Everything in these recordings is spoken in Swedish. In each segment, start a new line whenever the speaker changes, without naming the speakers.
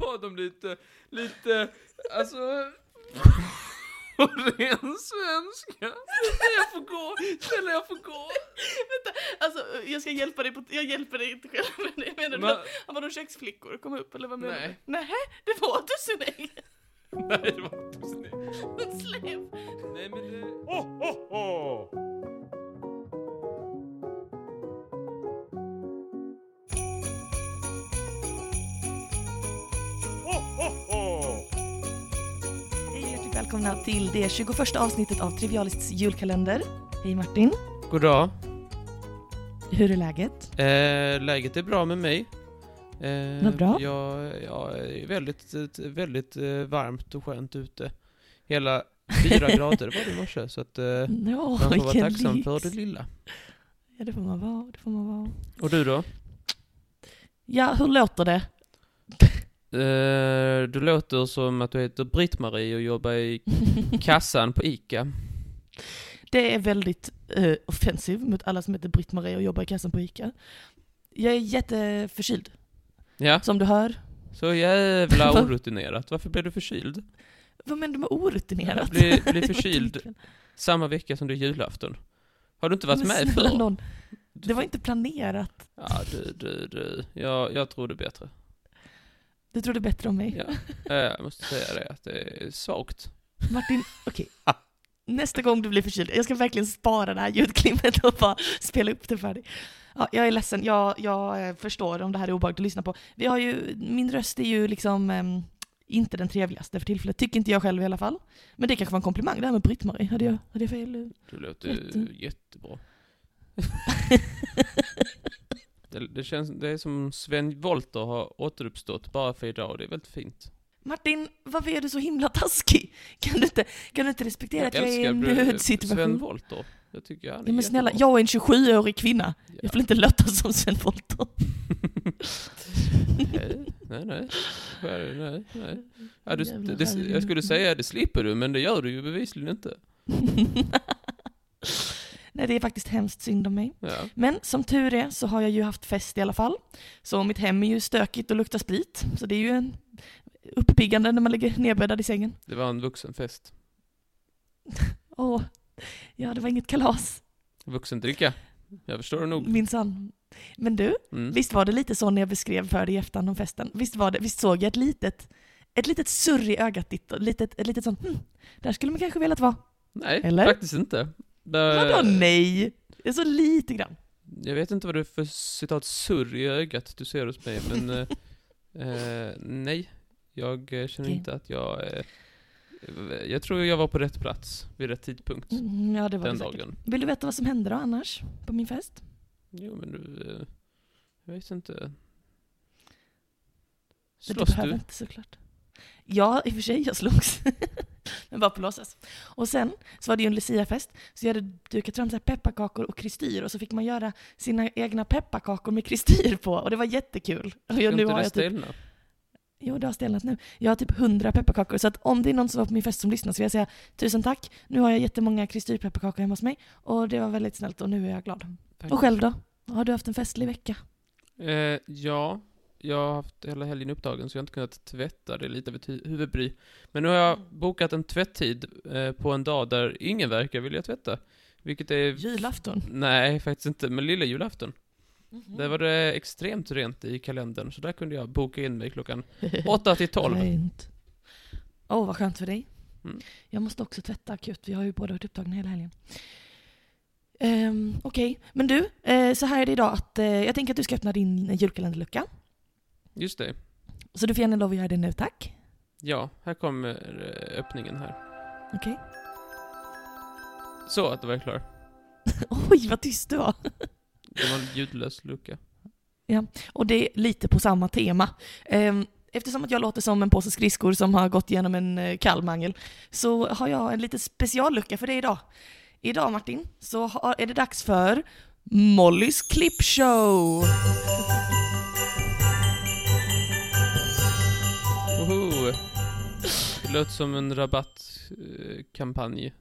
ha dem lite, lite, alltså... På ren svenska. Jag får gå, snälla jag får gå.
Vänta, alltså jag ska hjälpa dig, på, jag hjälper dig inte själv med det. Menar du
Men-
att han var köksflickor kom upp eller vad menar
Nej.
du? Nej, det var tusenägg.
Nej, det var inte snyggt.
En slev.
Nej men det...
Hej och hjärtligt välkomna till det 21 avsnittet av Trivialists julkalender. Hej Martin,
Goddag.
hur är läget?
Eh, läget är bra med mig. Eh,
Vad bra.
Jag, jag är väldigt, eh, väldigt eh, varmt och skönt ute. Hela fyra grader var det i morse, så att eh,
Ja,
man får vara
vilken
tacksam
lyx.
för det lilla.
Ja, det får man vara, det får man vara.
Och du då?
Ja, hur låter det?
Eh, du låter som att du heter Britt-Marie och jobbar i kassan på ICA.
Det är väldigt uh, offensiv mot alla som heter Britt-Marie och jobbar i kassan på ICA. Jag är jätteförkyld,
Ja,
som du hör.
så jävla
Va?
orutinerat. Varför blev du förkyld?
Vad menar du med orutinerat?
Bli, bli
Det var
förkyld
tydligen.
samma vecka som det är julafton. Har du inte varit
Men
med
snälla
förr?
nån, Det var inte planerat.
Ja, du, du, du. Jag, jag tror det bättre.
Du trodde bättre om mig.
Ja, eh, jag måste säga det, att det är svagt.
Martin, okej. Nästa gång du blir förkyld, jag ska verkligen spara det här ljudklippet och bara spela upp det för dig. Ja, jag är ledsen, jag, jag eh, förstår om det här är obehagligt att lyssna på. Vi har ju, min röst är ju liksom ehm, inte den trevligaste för tillfället, tycker inte jag själv i alla fall. Men det kanske var en komplimang det här med Britt-Marie, hade jag, hade jag fel?
Du låter
Jätte.
jättebra. det, det känns, det är som Sven Wollter har återuppstått bara för idag, och det är väldigt fint.
Martin, varför är du så himla taskig? Kan du inte, kan du inte respektera att jag är i en
Bru- Sven
nödsituation?
Wollter. Jag tycker han är
Ja, men snälla,
jättebra.
jag är en 27-årig kvinna.
Ja.
Jag vill inte låta som Sven Wollter.
Nej, nej, nej. Nej, nej, nej. Ja, du,
Jävla
det, jag skulle säga det slipper du, men det gör du ju bevisligen inte.
Nej, det är faktiskt hemskt synd om mig.
Ja.
Men som tur är så har jag ju haft fest i alla fall. Så mitt hem är ju stökigt och luktar sprit. Så det är ju en uppiggande när man ligger nedbäddad i sängen.
Det var en vuxenfest.
Åh, ja det var inget kalas,
Vuxendricka. Jag förstår det nog.
minsann. Men du,
Mm.
Mm. visst var det lite så när jag beskrev för dig i efterhand om festen? Visst, var det, visst såg jag ett litet, ett litet surr i ögat ditt? och Ett litet, ett litet sånt, hm, där skulle man kanske velat vara.
Nej,
Eller?
faktiskt inte. Det-
Vadå nej? Det är så lite grann.
Jag vet inte vad det är för citat surr i ögat du ser hos mig, men eh, eh, nej. Jag eh, känner
Okej.
inte att jag... Eh, jag tror jag var på rätt plats vid rätt tidpunkt
Mm, ja, det var
den
det säkert.
dagen.
Vill du veta vad som hände då annars, på min fest?
Jo, men du... Eh, jag vet inte.
Men
Slåss
det behöver
du?
inte såklart. Ja, i och för sig, jag slogs. Men bara på låtsas. Och sen så var det ju en luciafest, så jag hade dukat fram så här pepparkakor och kristyr och så fick man göra sina egna pepparkakor med kristyr på och det var jättekul. Och
Ska
jag, nu
inte
har
det
jag typ,
stelna?
jo, det har stelnat nu. Jag har typ hundra pepparkakor så att om det är någon som var på min fest som lyssnar så vill jag säga tusen tack, nu har jag jättemånga kristyrpepparkakor hemma hos mig och det var väldigt snällt och nu är jag glad.
Tack.
Och själv då? Har du haft en festlig vecka?
Eh, ja, jag har haft hela helgen upptagen så jag har inte kunnat tvätta, det är lite av ett hu- huvudbry. Men nu har jag bokat en tvätttid eh, på en dag där ingen verkar vilja tvätta. Vilket är...
Julafton.
Nej, faktiskt inte, men lilla julafton.
Mm.
Där var det extremt rent i kalendern, så där kunde jag boka in mig klockan 8 till 12.
Skönt. Mhm. Åh, vad skönt för dig.
Mm.
Jag måste också tvätta akut. Vi har ju båda varit upptagna hela helgen. Um, Okej, men du, eh, så här är det idag att eh, jag tänker att du ska öppna din julkalenderlucka.
Just det.
Så du får gärna lov att göra det nu, tack.
Ja, här kommer eh, öppningen här.
Okej.
Så, att det var klar.
Oj, vad tyst du var.
Det var en ljudlös lucka.
Och det är lite på samma tema. Ehm, Eftersom att jag låter som en påse skridskor som har gått igenom en eh, kall mangel så har jag en liten speciallucka för dig idag. Idag Martin så har- är det dags för Mollys klippshow!
Woho! Det låter som en rabattkampanj.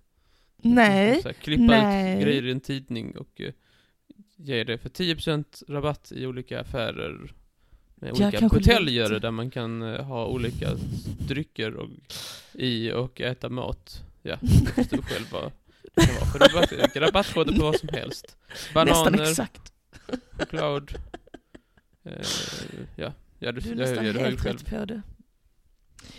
Nej,
Så här, klippa
nej.
ut grejer i en tidning och eh, ge det för 10% rabatt i olika affärer
eh,
Jag
olika
kanske
buteljer
vet.
där man kan eh, ha olika drycker och, i och äta mat. Ja, du förstår själv vad det kan vara för rabatt, rabattkoder på vad som helst.
Nästan
Bananer,
exakt.
choklad. Eh, ja, ja du,
Du är
jag, jag,
nästan
jag, jag
helt
själv.
rätt Pöde.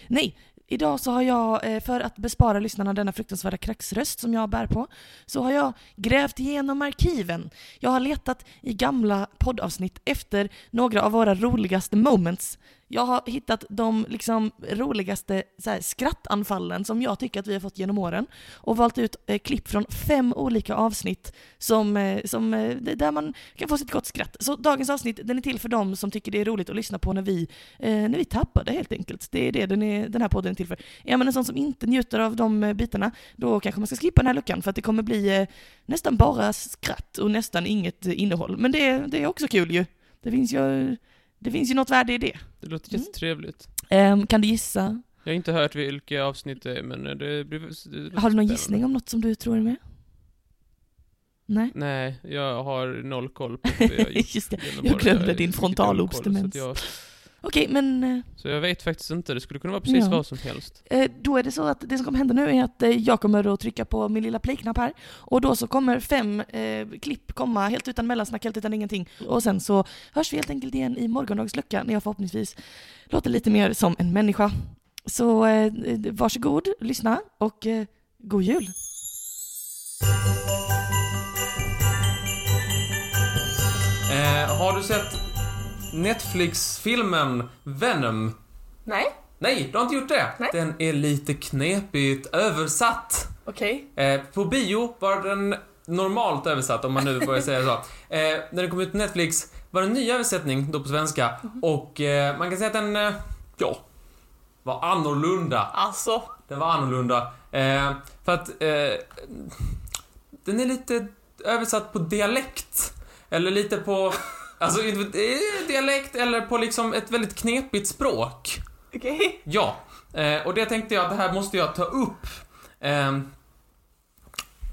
Nej, idag så har jag, eh, för att bespara lyssnarna denna fruktansvärda kraxröst som jag bär på, så har jag grävt igenom arkiven. Jag har letat i gamla poddavsnitt efter några av våra roligaste moments. Jag har hittat de liksom roligaste så här, skrattanfallen som jag tycker att vi har fått genom åren och valt ut eh, klipp från fem olika avsnitt som, eh, som, eh, där man kan få sitt gott skratt. Så dagens avsnitt den är till för dem som tycker det är roligt att lyssna på när vi, eh, när vi tappar det helt enkelt. Det är det den, är, den här podden är till för. Är man en sån som inte njuter av de eh, bitarna, då kanske man ska skippa den här luckan för att det kommer bli eh, nästan bara skratt och nästan inget eh, innehåll. Men det, det är också kul ju. Det finns ju, det finns ju något värde i det.
Det låter
Mm.
jättetrevligt.
Ehm, kan du gissa?
Jag har inte hört vilka avsnitt det är, men eh, det blir... det-
Har du någon
spännande.
gissning om något som du tror är med? Nej?
Nej, jag har noll koll på det jag har gjort.
Just det.
genom
Jag
åren.
glömde
har
din
riktigt
frontalobstemens.
dålig koll, Så, att
Okej, men eh,
jag, så jag vet faktiskt inte, det skulle kunna vara precis
Ja.
vad som helst.
Eh, då är det så att det som kommer hända nu är att eh, jag kommer att trycka på min lilla play-knapp här och då så kommer fem eh, klipp komma helt utan mellansnack, helt utan ingenting. Och sen så hörs vi helt enkelt igen i morgondagens lucka när jag förhoppningsvis låter lite mer som en människa. Så eh, varsågod, lyssna och eh, god jul!
Eh, har du sett Netflix-filmen Venom?
Nej,
Nej, du har inte gjort det?
Nej.
Den är lite knepigt översatt.
okej.
Eh, på bio var den normalt översatt, om man nu börjar säga så. Eh, när den kom ut på Netflix var det en ny översättning, då på svenska.
Mhm.
Och eh, man kan säga att den, eh, ja, var annorlunda.
Alltså.
Den var annorlunda. Eh, för att eh, den är lite översatt på dialekt. Eller lite på, alltså eh, dialekt eller på liksom ett väldigt knepigt språk.
Okej.
Ja, eh, och det tänkte jag att det här måste jag ta upp. Ehm,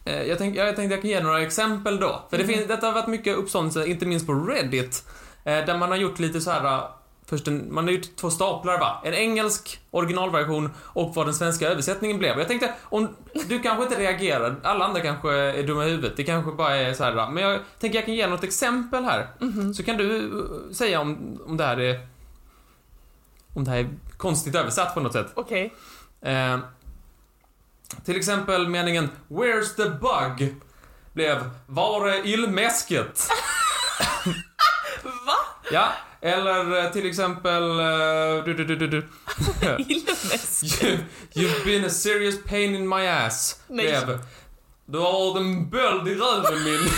eh, jag, tänk, jag tänkte jag kan ge några exempel då. För det
Mhm.
finns, detta har varit mycket uppståndelse, inte minst på Reddit. eh, Där man har gjort lite så här. eh, Först en, man har gjort två staplar va? En engelsk originalversion och vad den svenska översättningen blev. Jag tänkte, om, du kanske inte reagerar, alla andra kanske är dumma i huvudet, det kanske bara är så här. va? Men jag tänker jag kan ge något exempel här.
Mhm.
Så kan du eh, säga om, om det här är... Om det här är konstigt översatt på något sätt.
Okej.
Eh, till exempel meningen “Where's the bug?” blev “Var är illmäsket?”
Va?
Ja, eller eh, till exempel... eh, Du, du, du, du, du.
Illmässigt?
You, “You've been a serious pain in my ass”
Nej.
blev “Du har den böld i röven min”.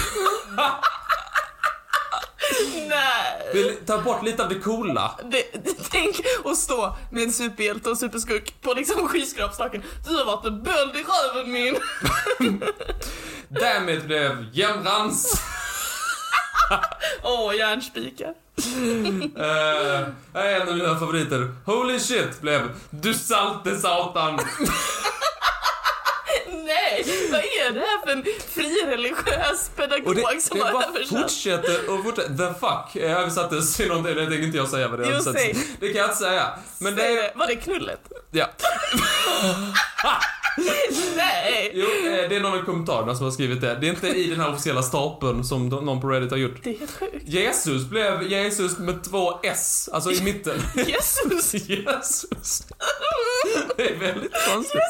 Nej.
Vill ta bort lite av det coola.
Det, tänk att stå med en superhjälte och superskurk på liksom skyskrapstaken. Du har varit en böld i röven min.
Därmed blev “Jämrans”.
Åh, järnspikar.
Eh, är en av mina favoriter. “Holy shit” blev “Du salte satan”.
Nej, vad är det här för en frireligiös pedagog
Och det,
som
det
har
bara
översatt?
fortsätter och fortsätter. The fuck eh, översattes till någonting, det tänker inte jag säga vad det
Jo,
översattes.
säg.
Det kan jag inte säga. Men det är,
Var det knullet?
ja.
Nej!
Jo, eh, det är någon i kommentarerna som har skrivit det. Det är inte i den här officiella stapeln som de- någon på Reddit har gjort.
Det är helt sjukt.
Jesus blev Jesus med två S, alltså i mitten.
Jesus!
Jesus. Det är väldigt konstigt.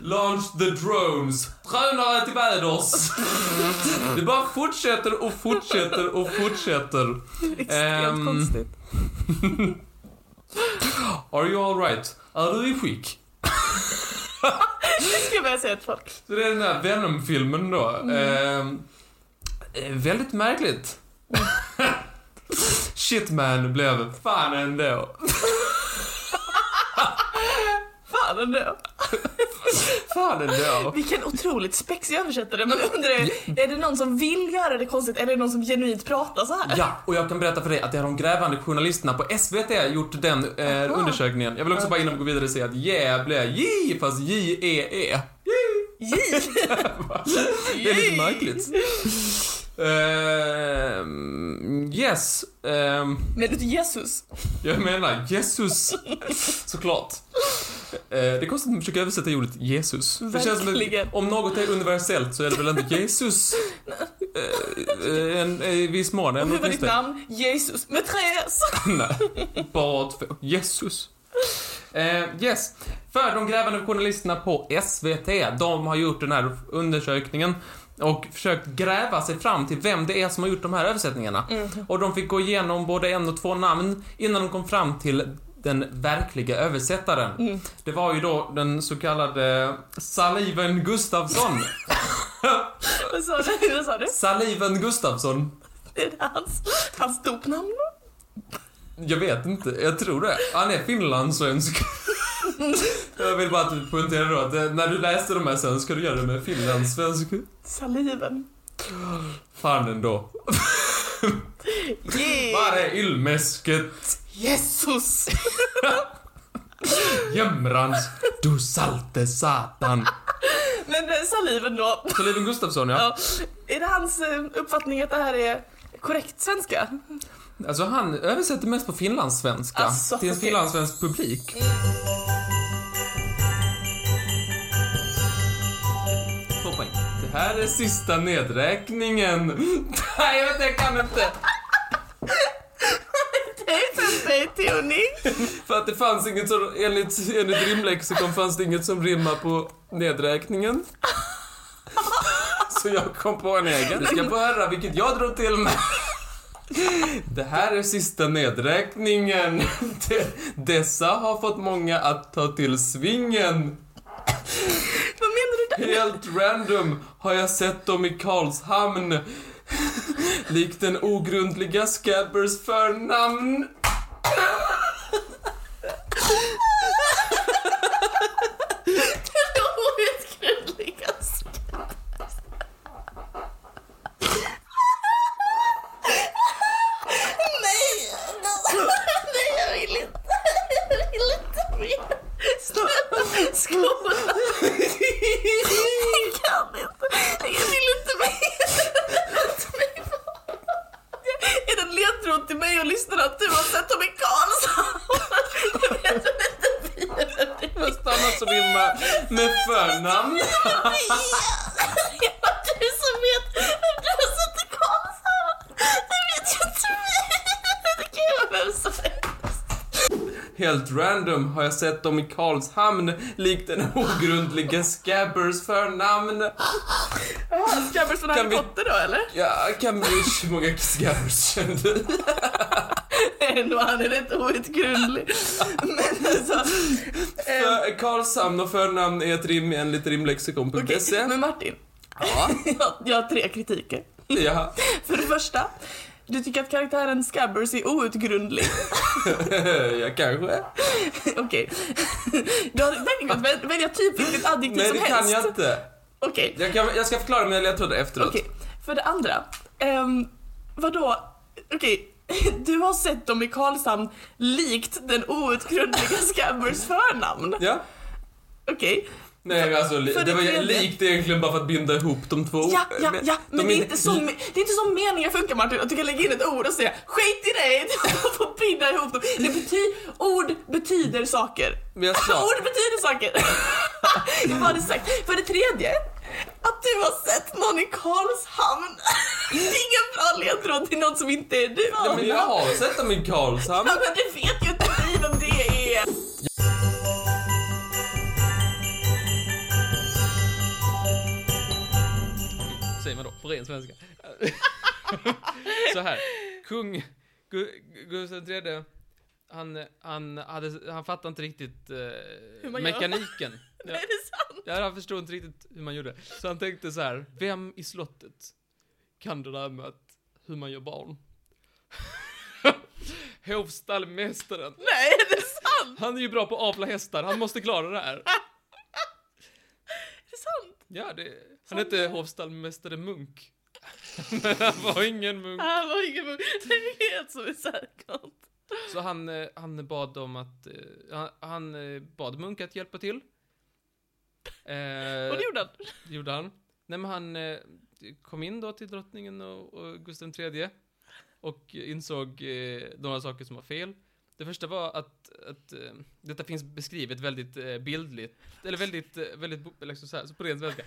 Launch the drones. Drönare till väders. Det bara fortsätter och fortsätter och fortsätter.
Extremt
Ehm.
konstigt.
Are you alright? Är du i skick?
Nu ska jag börja säga till folk.
Så det är den här Venom-filmen då. Ehm, Eh, väldigt märkligt. Shitman blev fan ändå.
Fan ändå.
Fan ändå.
Vilken otroligt spexig översättare. Man undrar ju, är det någon som vill göra det konstigt eller är det någon som genuint pratar så här?
Ja, och jag kan berätta för dig att det har de grävande journalisterna på SVT gjort den eh,
Aha.
undersökningen. Jag vill också bara innan vi går vidare säga att jävla J E, fast J-E-E.
J!
Det är lite märkligt. Ehm, yes. Ehm,
Men det är Jesus.
jag menar Jesus. Såklart. Eh, det är konstigt att försöka översätta ordet Jesus. Det känns som
Verkligen.
att om något är universellt så är det väl inte Jesus. Eh, eh, en, eh, I viss mån.
Och
ändå
hur var ditt
finns det.
namn? Jesus med tre S.
Nej, bara två. Jesus. Eh, yes. För de grävande journalisterna på SVT, de har gjort den här undersökningen och försökt gräva sig fram till vem det är som har gjort de här översättningarna. Och de fick gå igenom både en och två namn innan de kom fram till den verkliga översättaren. Det var ju då den så kallade Saliven Gustafsson.
Vad sa du? Vad sa du?
Saliven Gustafsson.
Det är hans, hans dopnamn.
Jag vet inte, jag tror det. Han är finlandssvensk. Jag vill bara att du poängterar då att eh, när du läste de här sen ska du göra det med finlandssvensk.
Saliven.
Fan ändå. Var
Yeah.
är ylmesket?
Jesus.
Jämrans, du salte satan.
Men eh, saliven då.
Så Levin Gustafsson ja.
Ja. Är det hans eh, uppfattning att det här är korrekt svenska?
Alltså han översätter mest på finlandssvenska.
Alltså,
till en
okej.
finlandssvensk publik. Två poäng. Det här är sista nedräkningen. Nej, jag vet, jag kan inte.
Det är inte en bejtuning.
För att det fanns inget som, enligt, enligt rimlexikon fanns det inget som rimmar på nedräkningen. Så jag kom på en egen. Du ska få höra vilket jag drog till med. Det här är sista nedräkningen. De, dessa har fått många att ta till svingen.
Vad menar du där?
Helt random har jag sett dem i Karlshamn. Likt den ogrundliga Scabbers förnamn.
Den outgrundliga skatten. Nej! Nej, jag vill inte. Jag vill inte mer. Snälla, skolan. Jag kan inte. Jag vill inte mer. Låt mig vara. Är det en ledtråd till mig och lyssnarna att du har sett dem i Karlshamn? Jag vet inte mer.
Fast annat som rimmar med förnamn.
Ja, du som vet vem du har satt i Karlshamn. Det vet ju inte vi. Det kan ju vara vem som helst.
Helt random har jag sett dem i Karlshamn likt den ogrundliga Scabbers förnamn.
Skabbers från
Harry
Harry
vi-
Potter då eller?
Ja, kan bli hur många Scabbers känner du?
Ändå, han är rätt outgrundlig. Men alltså... ehm,
För- Karlshamn och förnamn är ett rim enligt
Okej,
rimlexikon.se.
men Martin. Jag, jag har tre kritiker.
Ja.
För det första, du tycker att karaktären Scabbers är outgrundlig.
ja, kanske.
Okej. Du har verkligen kunnat väl- välja typ vilket adjektiv
Nej,
som
det
helst.
kan jag inte.
Okej.
Jag, kan, jag ska förklara mina ledtrådar efteråt.
Okej, för det andra. Um, vadå? Okej, du har sett dem i Karlshamn likt den outgrundliga Scabbers förnamn.
Ja.
Okej.
Nej, men alltså, li-
För
det
det
var ju
tredje-
likt egentligen bara för att binda ihop de två
Ja, ja, ja,
de
men det, är inte så, me- det är inte så meningar funkar Martin, att du kan lägga in ett ord och säga skit i dig, du får binda ihop dem. Det bety- ord betyder saker.
Men jag sa-
Ord betyder saker. Jag har det sagt. För det tredje, att du har sett någon i Karlshamn. Det är ingen bra ledtråd till någon som inte är du.
Ja, men jag har sett dem i Karlshamn.
Ja, men det vet ju inte vi vem det är.
Säger man då, på ren svenska. så här. Kung Gu- Gustav III, han, han, hade, han fattade inte riktigt eh,
man gör.
mekaniken.
Är
Ja,
det sant?
ja, han förstod inte riktigt hur man gjorde. Så han tänkte så här, vem i slottet kan det där med att, hur man gör barn? Hovstallmästaren.
Nej, är det sant?
Han är ju bra på att avla hästar, han måste klara det här.
Är det sant?
Ja, det, han hette hovstallmästare Munk. Men han var ingen munk.
Ah, vad ingen Det är helt som en
Eh.
särkant.
Så han, eh, han bad dem att... eh, Han, han eh, bad Munk att hjälpa till. Eh,
Och det gjorde han.
gjorde han. Nej men han eh, kom in då till drottningen och, och Gustav III och insåg eh, några saker som var fel. Det första var att, att eh, detta finns beskrivet väldigt eh, bildligt, eller väldigt, eh, väldigt, bo- liksom så här, så på ren svenska.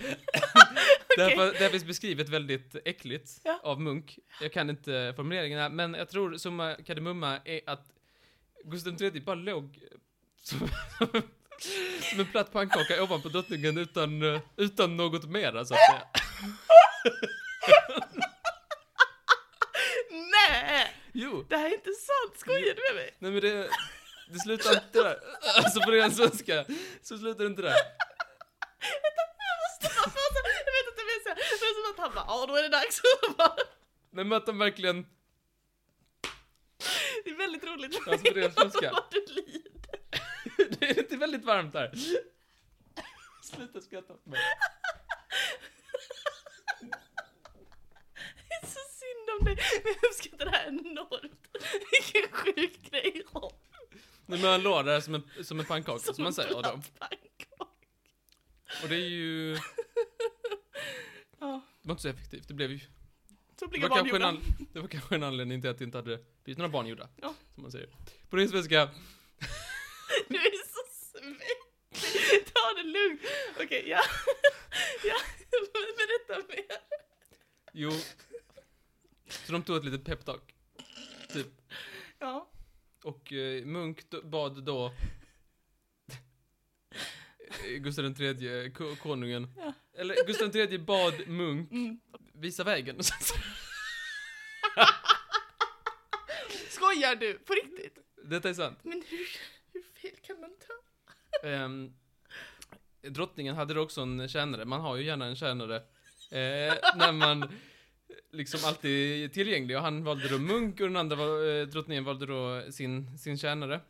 det, här, det här finns beskrivet väldigt äckligt
Ja.
av Munk. Jag kan inte formuleringen här, men jag tror summa kardemumma är att Gustav III bara låg eh, som, som en platt pannkaka ovanpå drottningen utan, eh, utan något mer så att säga.
Nej!
Jo,
Det här är inte sant, skojar du med mig?
nej men det, det slutar inte där. Alltså på ren svenska, så slutar det inte där.
Jag måste bara få så, jag vet inte om jag säger, men det är som att han bara, ja då är det dags. Och så bara,
Nej men att de verkligen,
det är väldigt roligt.
Alltså, för det är svenska.
Vad du lider.
det är inte väldigt varmt där. Sluta skratta åt mig.
Det är så synd om dig, men jag uppskattar det här enormt. Vilken sjuk grej att ha.
Nej men han låg där som en, som en pannkaka som, man
en
säger. Och, då,
platt pannkaka.
och det är ju, det
Ja,
var inte så effektivt. Det blev ju,
så
det
blir
var,
barn
kanske en
gjorda.
an, det var kanske en anledning till att det inte hade blivit några barn gjorda.
Ja.
Som man säger. På ren svenska,
Du är så svettig. Ta det lugnt. Okej, ja. ja. Berätta mer.
jo. Så de tog ett litet peptalk.
Ja.
Och eh, Munk d- bad då eh, Gustav III, ko- konungen.
Ja.
Eller Gustav III bad Munk
Mm.
visa vägen.
Skojar du? På riktigt?
Detta är sant.
Men hur, hur fel kan man ta?
Ehm, drottningen hade då också en tjänare. Man har ju gärna en tjänare. Eh, när man liksom alltid är tillgänglig. Och han valde då Munk och den andra val- eh, drottningen valde då sin, sin tjänare.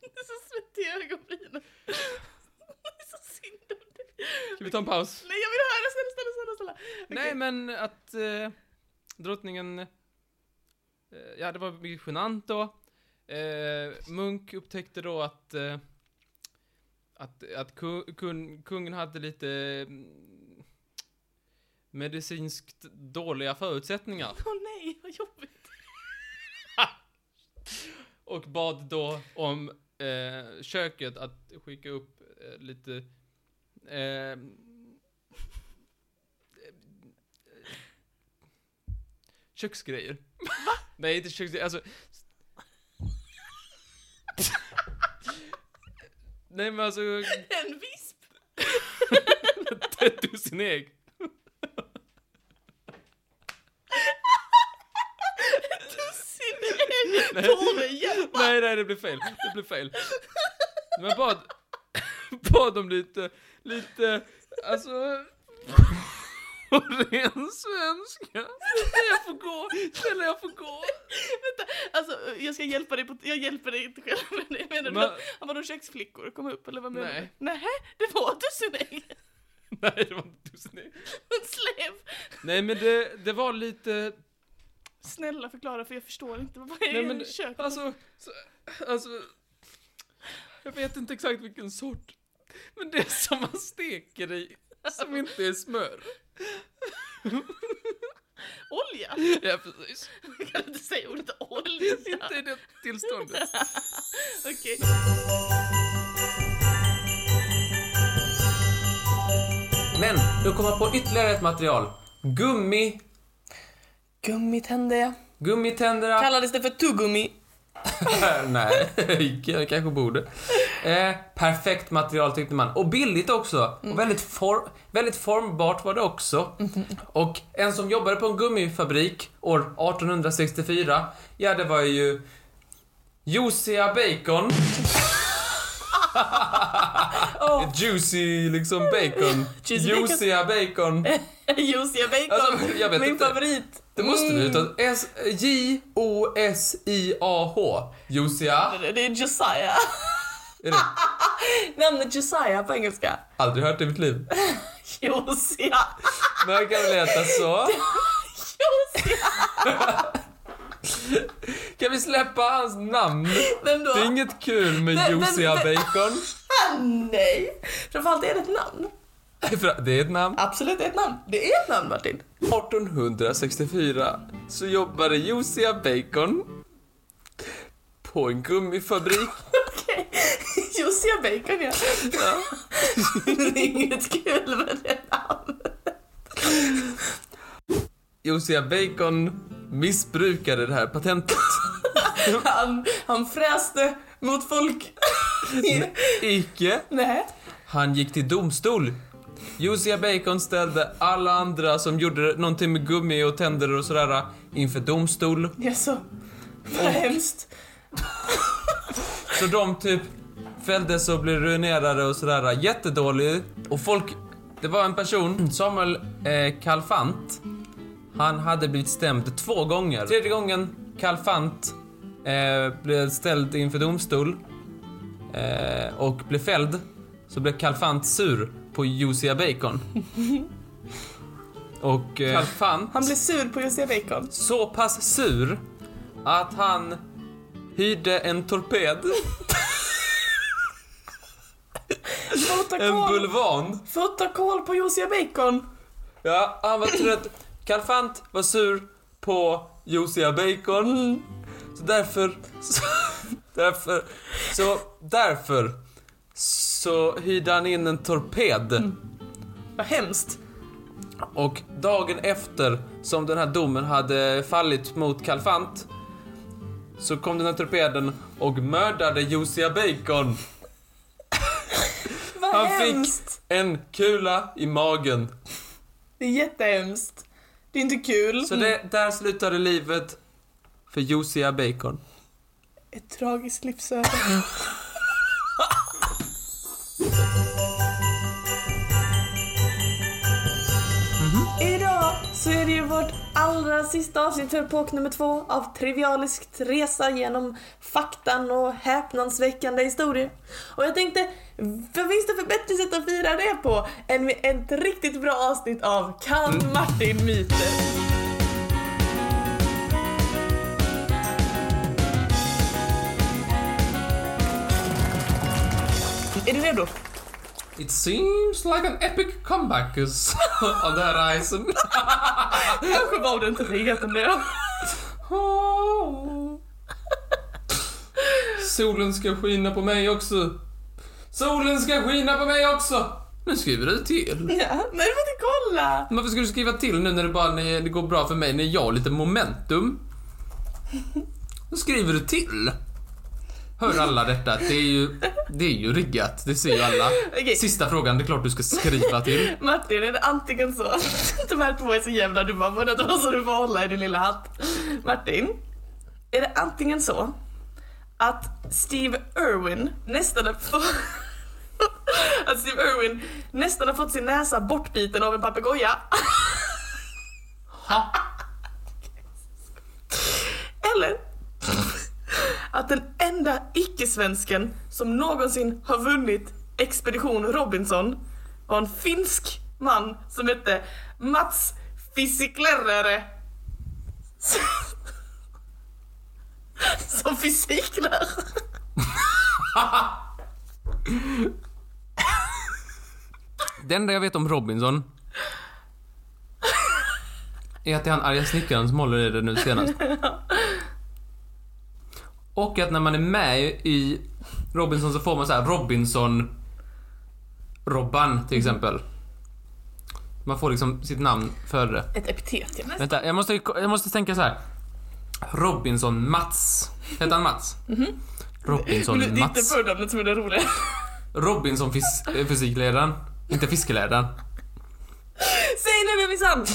Det är så svettiga ögonbrynen. Det är så synd om dig.
Ska vi ta en paus?
Nej, jag vill höra. Snälla, snälla, snälla. snälla. Okej.
Nej, men att eh, drottningen... Eh, ja, det var mycket genant då. Eh, Munk upptäckte då att... Eh, att, att ku- kun, kungen hade lite... mm, Medicinskt dåliga förutsättningar.
Åh nej, vad jobbigt.
Och bad då om eh, köket att skicka upp eh, lite... Eh, köksgrejer. Va? Nej, inte köksgrejer, alltså... Nej men alltså,
En visp.
ett dussin ägg.
Dussin ägg. Tove, hjälp.
Nej, nej, det blev fel. Det blev fel. Men jag bad, bad om lite, lite, alltså... På ren svenska. Snälla jag får gå, snälla jag får gå.
Vänta, alltså jag ska hjälpa dig, på, jag hjälper dig inte själv med det. Menar du
Men-
att han var de köksflickor kom upp eller vad menar
Nej.
du? Nej, det var dussin ägg.
Nej, det var inte dussin ägg.
En slev.
Nej, men det, det var lite,
Snälla förklara för jag förstår inte, vad är
Nej,
det
men
i köket?
alltså, så, alltså... Jag vet inte exakt vilken sort. Men det är som man steker i, som inte är smör.
Olja?
Ja, precis.
Jag kan inte säga ordet olja.
Inte i det tillståndet.
Okej.
Men, nu kommer jag på ytterligare ett material. Gummi,
Gummitänder ja.
gummitänderna.
Kallades det för tuggummi?
Nej, jag kanske borde. Eh, perfekt material tyckte man. Och billigt också.
Mm.
Och väldigt, for, väldigt formbart var det också. Och en som jobbade på en gummifabrik år 1864, ja det var ju Josia Bacon.
Åh.
Ett Juicy liksom bacon.
Juicy bacon.
Josia bacon.
Josiah Bacon,
Alltså, jag vet
min
inte.
favorit.
Det måste det
Mm.
utan S J-O-S-I-A-H. Josia.
Det är Josiah.
Är det?
Namnet Josiah på engelska.
Aldrig hört i mitt liv.
Josiah.
Men jag kan väl heta så.
Josiah.
Kan vi släppa hans namn?
Vem då?
Det är inget kul med
Men- men-
Josia
men-
Bacon.
Ah, nej! Framförallt är det ett namn.
För Det är ett namn.
Absolut ett namn. Det är ett namn Martin.
1864 så jobbade Josiah Bacon på en gummifabrik.
Okej. Josiah Bacon ja.
Ja.
Det är inget kul med det namnet.
Josiah Bacon missbrukade det här patentet
Han, han fräste mot folk.
icke.
Nej.
Han gick till domstol. Josiah Bacon ställde alla andra som gjorde någonting med gummi och tänder och sådär inför domstol.
Jaså? Vad hemskt.
Så de typ fälldes och blev ruinerade och sådär. Jättedålig. Och folk... Det var en person, Samuel eh, Kalfant. Han hade blivit stämd två gånger. Tredje gången Kalfant eh, blev ställd inför domstol eh, och blev fälld. Så blev Kalfant sur på Josiah Bacon. och eh, Kalfant
Han blev sur på Josiah Bacon.
så pass sur att han hyrde en torped,
För att ta
en
koll,
bulvan.
för att ta koll på Josiah Bacon.
Ja, han var trött. Kalfant var sur på Josiah Bacon. Så därför... Så, därför... Så därför så hyrde han in en torped.
Vad hemskt.
Och dagen efter som den här domen hade fallit mot Kalfant så kom den här torpeden och mördade Josiah Bacon.
Vad
Han fick-
hemskt.
En kula i magen.
Det är jättehemskt. Det är inte kul.
Så det, där slutade livet för Josiah Bacon.
Ett tragiskt livsöde. Idag så är det ju vårt allra sista avsnitt för epok nummer två av Trivialiskt resa genom faktan och häpnadsväckande historier. Och jag tänkte, vad finns det för bättre sätt att fira det på än med ett riktigt bra avsnitt av Kan Martin myter? Är du redo?
It seems like an epic comeback is on the horizon.
Kanske var det inte riggat ändå.
Solen ska skina på mig också. Solen ska skina på mig också! Nu skriver du till.
Ja, men du får inte kolla!
Men Varför ska du skriva till nu när det bara när det går bra för mig, när jag har lite momentum? Då skriver du till. Hör alla detta? Det är ju, det är ju riggat, det ser ju alla.
Okej.
Sista frågan, det är klart du ska skriva till.
Martin, är det antingen så att de här två är så jävla dumma båda två så du får hålla i din lilla hatt. Martin, är det antingen så att Steve Irwin nästan har fått... Att Steve Irwin nästan har fått sin näsa bortbiten av en papegoja.
Ha.
Eller att den enda icke-svensken som någonsin har vunnit Expedition Robinson var en finsk man som hette Mats Fisiklerere. Som fysiklärare.
Det enda jag vet om Robinson är att det är han arga snickaren som håller i det nu senast. Och att när man är med i Robinson så får man så här Robinson Robban till exempel. Man får liksom sitt namn före det.
Ett epitet, ja.
Vänta, jag måste, jag måste tänka så här. Robinson Mats. Hette han Mats?
Mhm. Men det
Robinson
är inte
Mats.
förnamnet som är det roliga.
Robinson fys eh, fysikledaren. Inte fiskeledaren.
Säg nu vem är sann!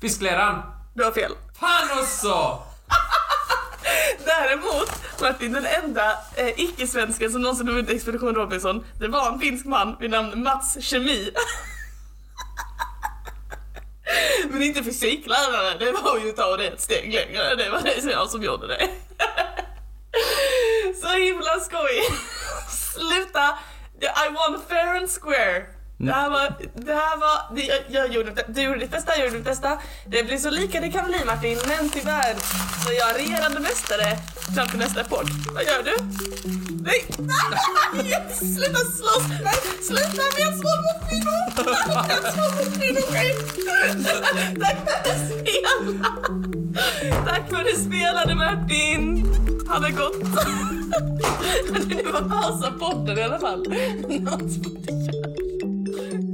Fiskledaren!
Du har fel.
Fan också!
Däremot Martin, den enda eh, icke-svensken som någonsin har vunnit Expedition Robinson, det var en finsk man vid namn Mats Kemi. Men inte fysiklärare, det var ju att ta det ett steg längre, det var det som jag som gjorde det. Så himla skoj! Sluta! I won fair and square! Det här var, det här var, det, jag, jag gjorde, det- du gjorde ditt bästa, jag gjorde mitt bästa. Det blir så lika det kan bli Martin, men tyvärr så är jag regerande mästare fram till nästa podd. Vad gör du? Nej! Nej! Sluta slåss! Nej, sluta! Vi har slått mot kvinnor! Vi har slått mot kvinnor! Nej! Tack för att du spelade! Tack för att du spelade Martin! Han är gott. Du får pausa podden i alla fall. Något får du göra.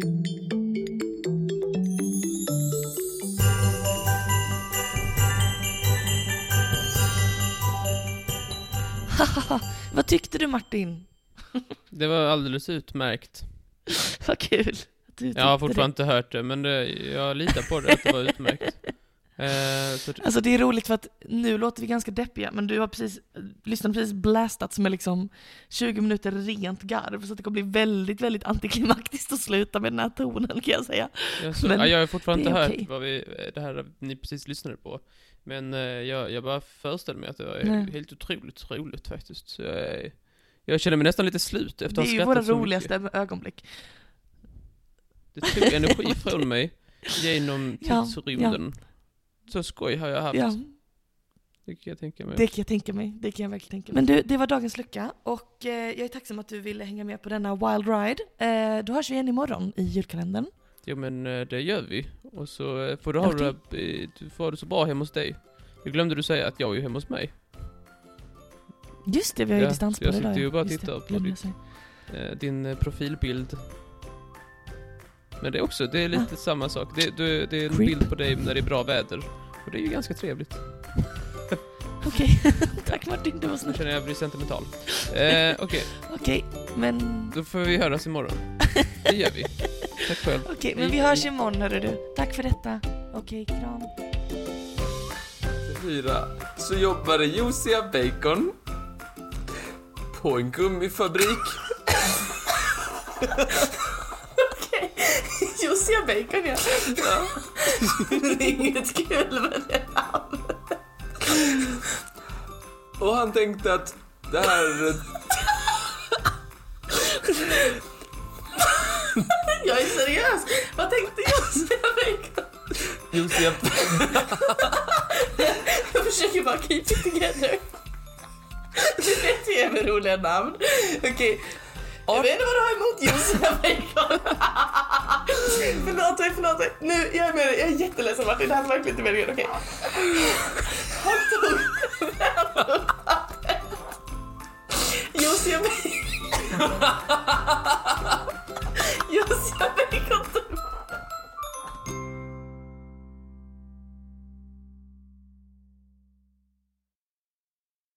Vad tyckte du Martin?
Det var alldeles utmärkt.
Vad kul. att du
Jag har
tyckte
fortfarande inte hört det, men det, jag litar på det, att det var utmärkt. Eh, så,
det. Alltså det är roligt för att nu låter vi ganska deppiga, men du har precis, lyssnat precis blastats med liksom 20 minuter rent garv, så att det kommer bli väldigt, väldigt antiklimaktiskt att sluta med den här tonen kan jag säga.
jag, så,
Men
ja, jag har fortfarande
det är
inte hört
okej.
vad vi, det här ni precis lyssnade på. Men eh, jag, jag bara föreställer mig att det var
Nej.
helt otroligt roligt faktiskt. Så jag, är- jag känner mig nästan lite slut efter
Det
att
är
ha
ju
skrattat
våra
så mycket.
roligaste ögonblick.
Det tog energi från mig genom
Ja,
tidsrymden. Så skoj har jag haft.
Ja.
Det kan jag tänka mig.
Det kan jag tänka mig. Det kan jag verkligen tänka mig. Men du, det var dagens lucka och eh, jag är tacksam att du ville hänga med på denna wild ride. Eh, då hörs vi igen imorgon i julkalendern.
Ja men eh, det gör vi. Och så eh, får du ha
Okej.
det, eh, du får ha det så bra hemma hos dig. Jag glömde du säga att jag är ju hemma hos mig.
Just det, vi har ju
Ja,
distans
så
på
jag
det idag.
sitter ju
ja.
bara och
Just det,
tittar på
glömde jag
ditt-
säga.
Eh, Din eh, profilbild. Men det är också, det är lite samma sak. Det, du, det är en
Creep.
bild på dig när det är bra väder. Och det är ju ganska trevligt.
Okej, tack Martin, det var
Nu
snällt.
känner jag blir sentimental. Eh, Okej,
Okej, men,
då får vi höras imorgon. Det gör vi. Tack själv.
okej, men vi hörs imorgon hörru du. Tack för detta. Okej, kram.
Fyra. Så jobbade Josia Bacon på en gummifabrik.
Josia Bacon ja. Det är inget kul med det.
Och han tänkte att det här... eh,
Jag är seriös. Vad tänkte Josia Bacon?
Josia...
Jag försöker bara keep it together. Du vet ju med roliga namn. Okej. Jag vet inte vad du har emot Josia Bacon. förlåt mig, förlåt mig. Nu, jag är med dig. Jag är jätteledsen Martin. Det här var verkligen inte meningen. Okej. Han tog Josia Bacon.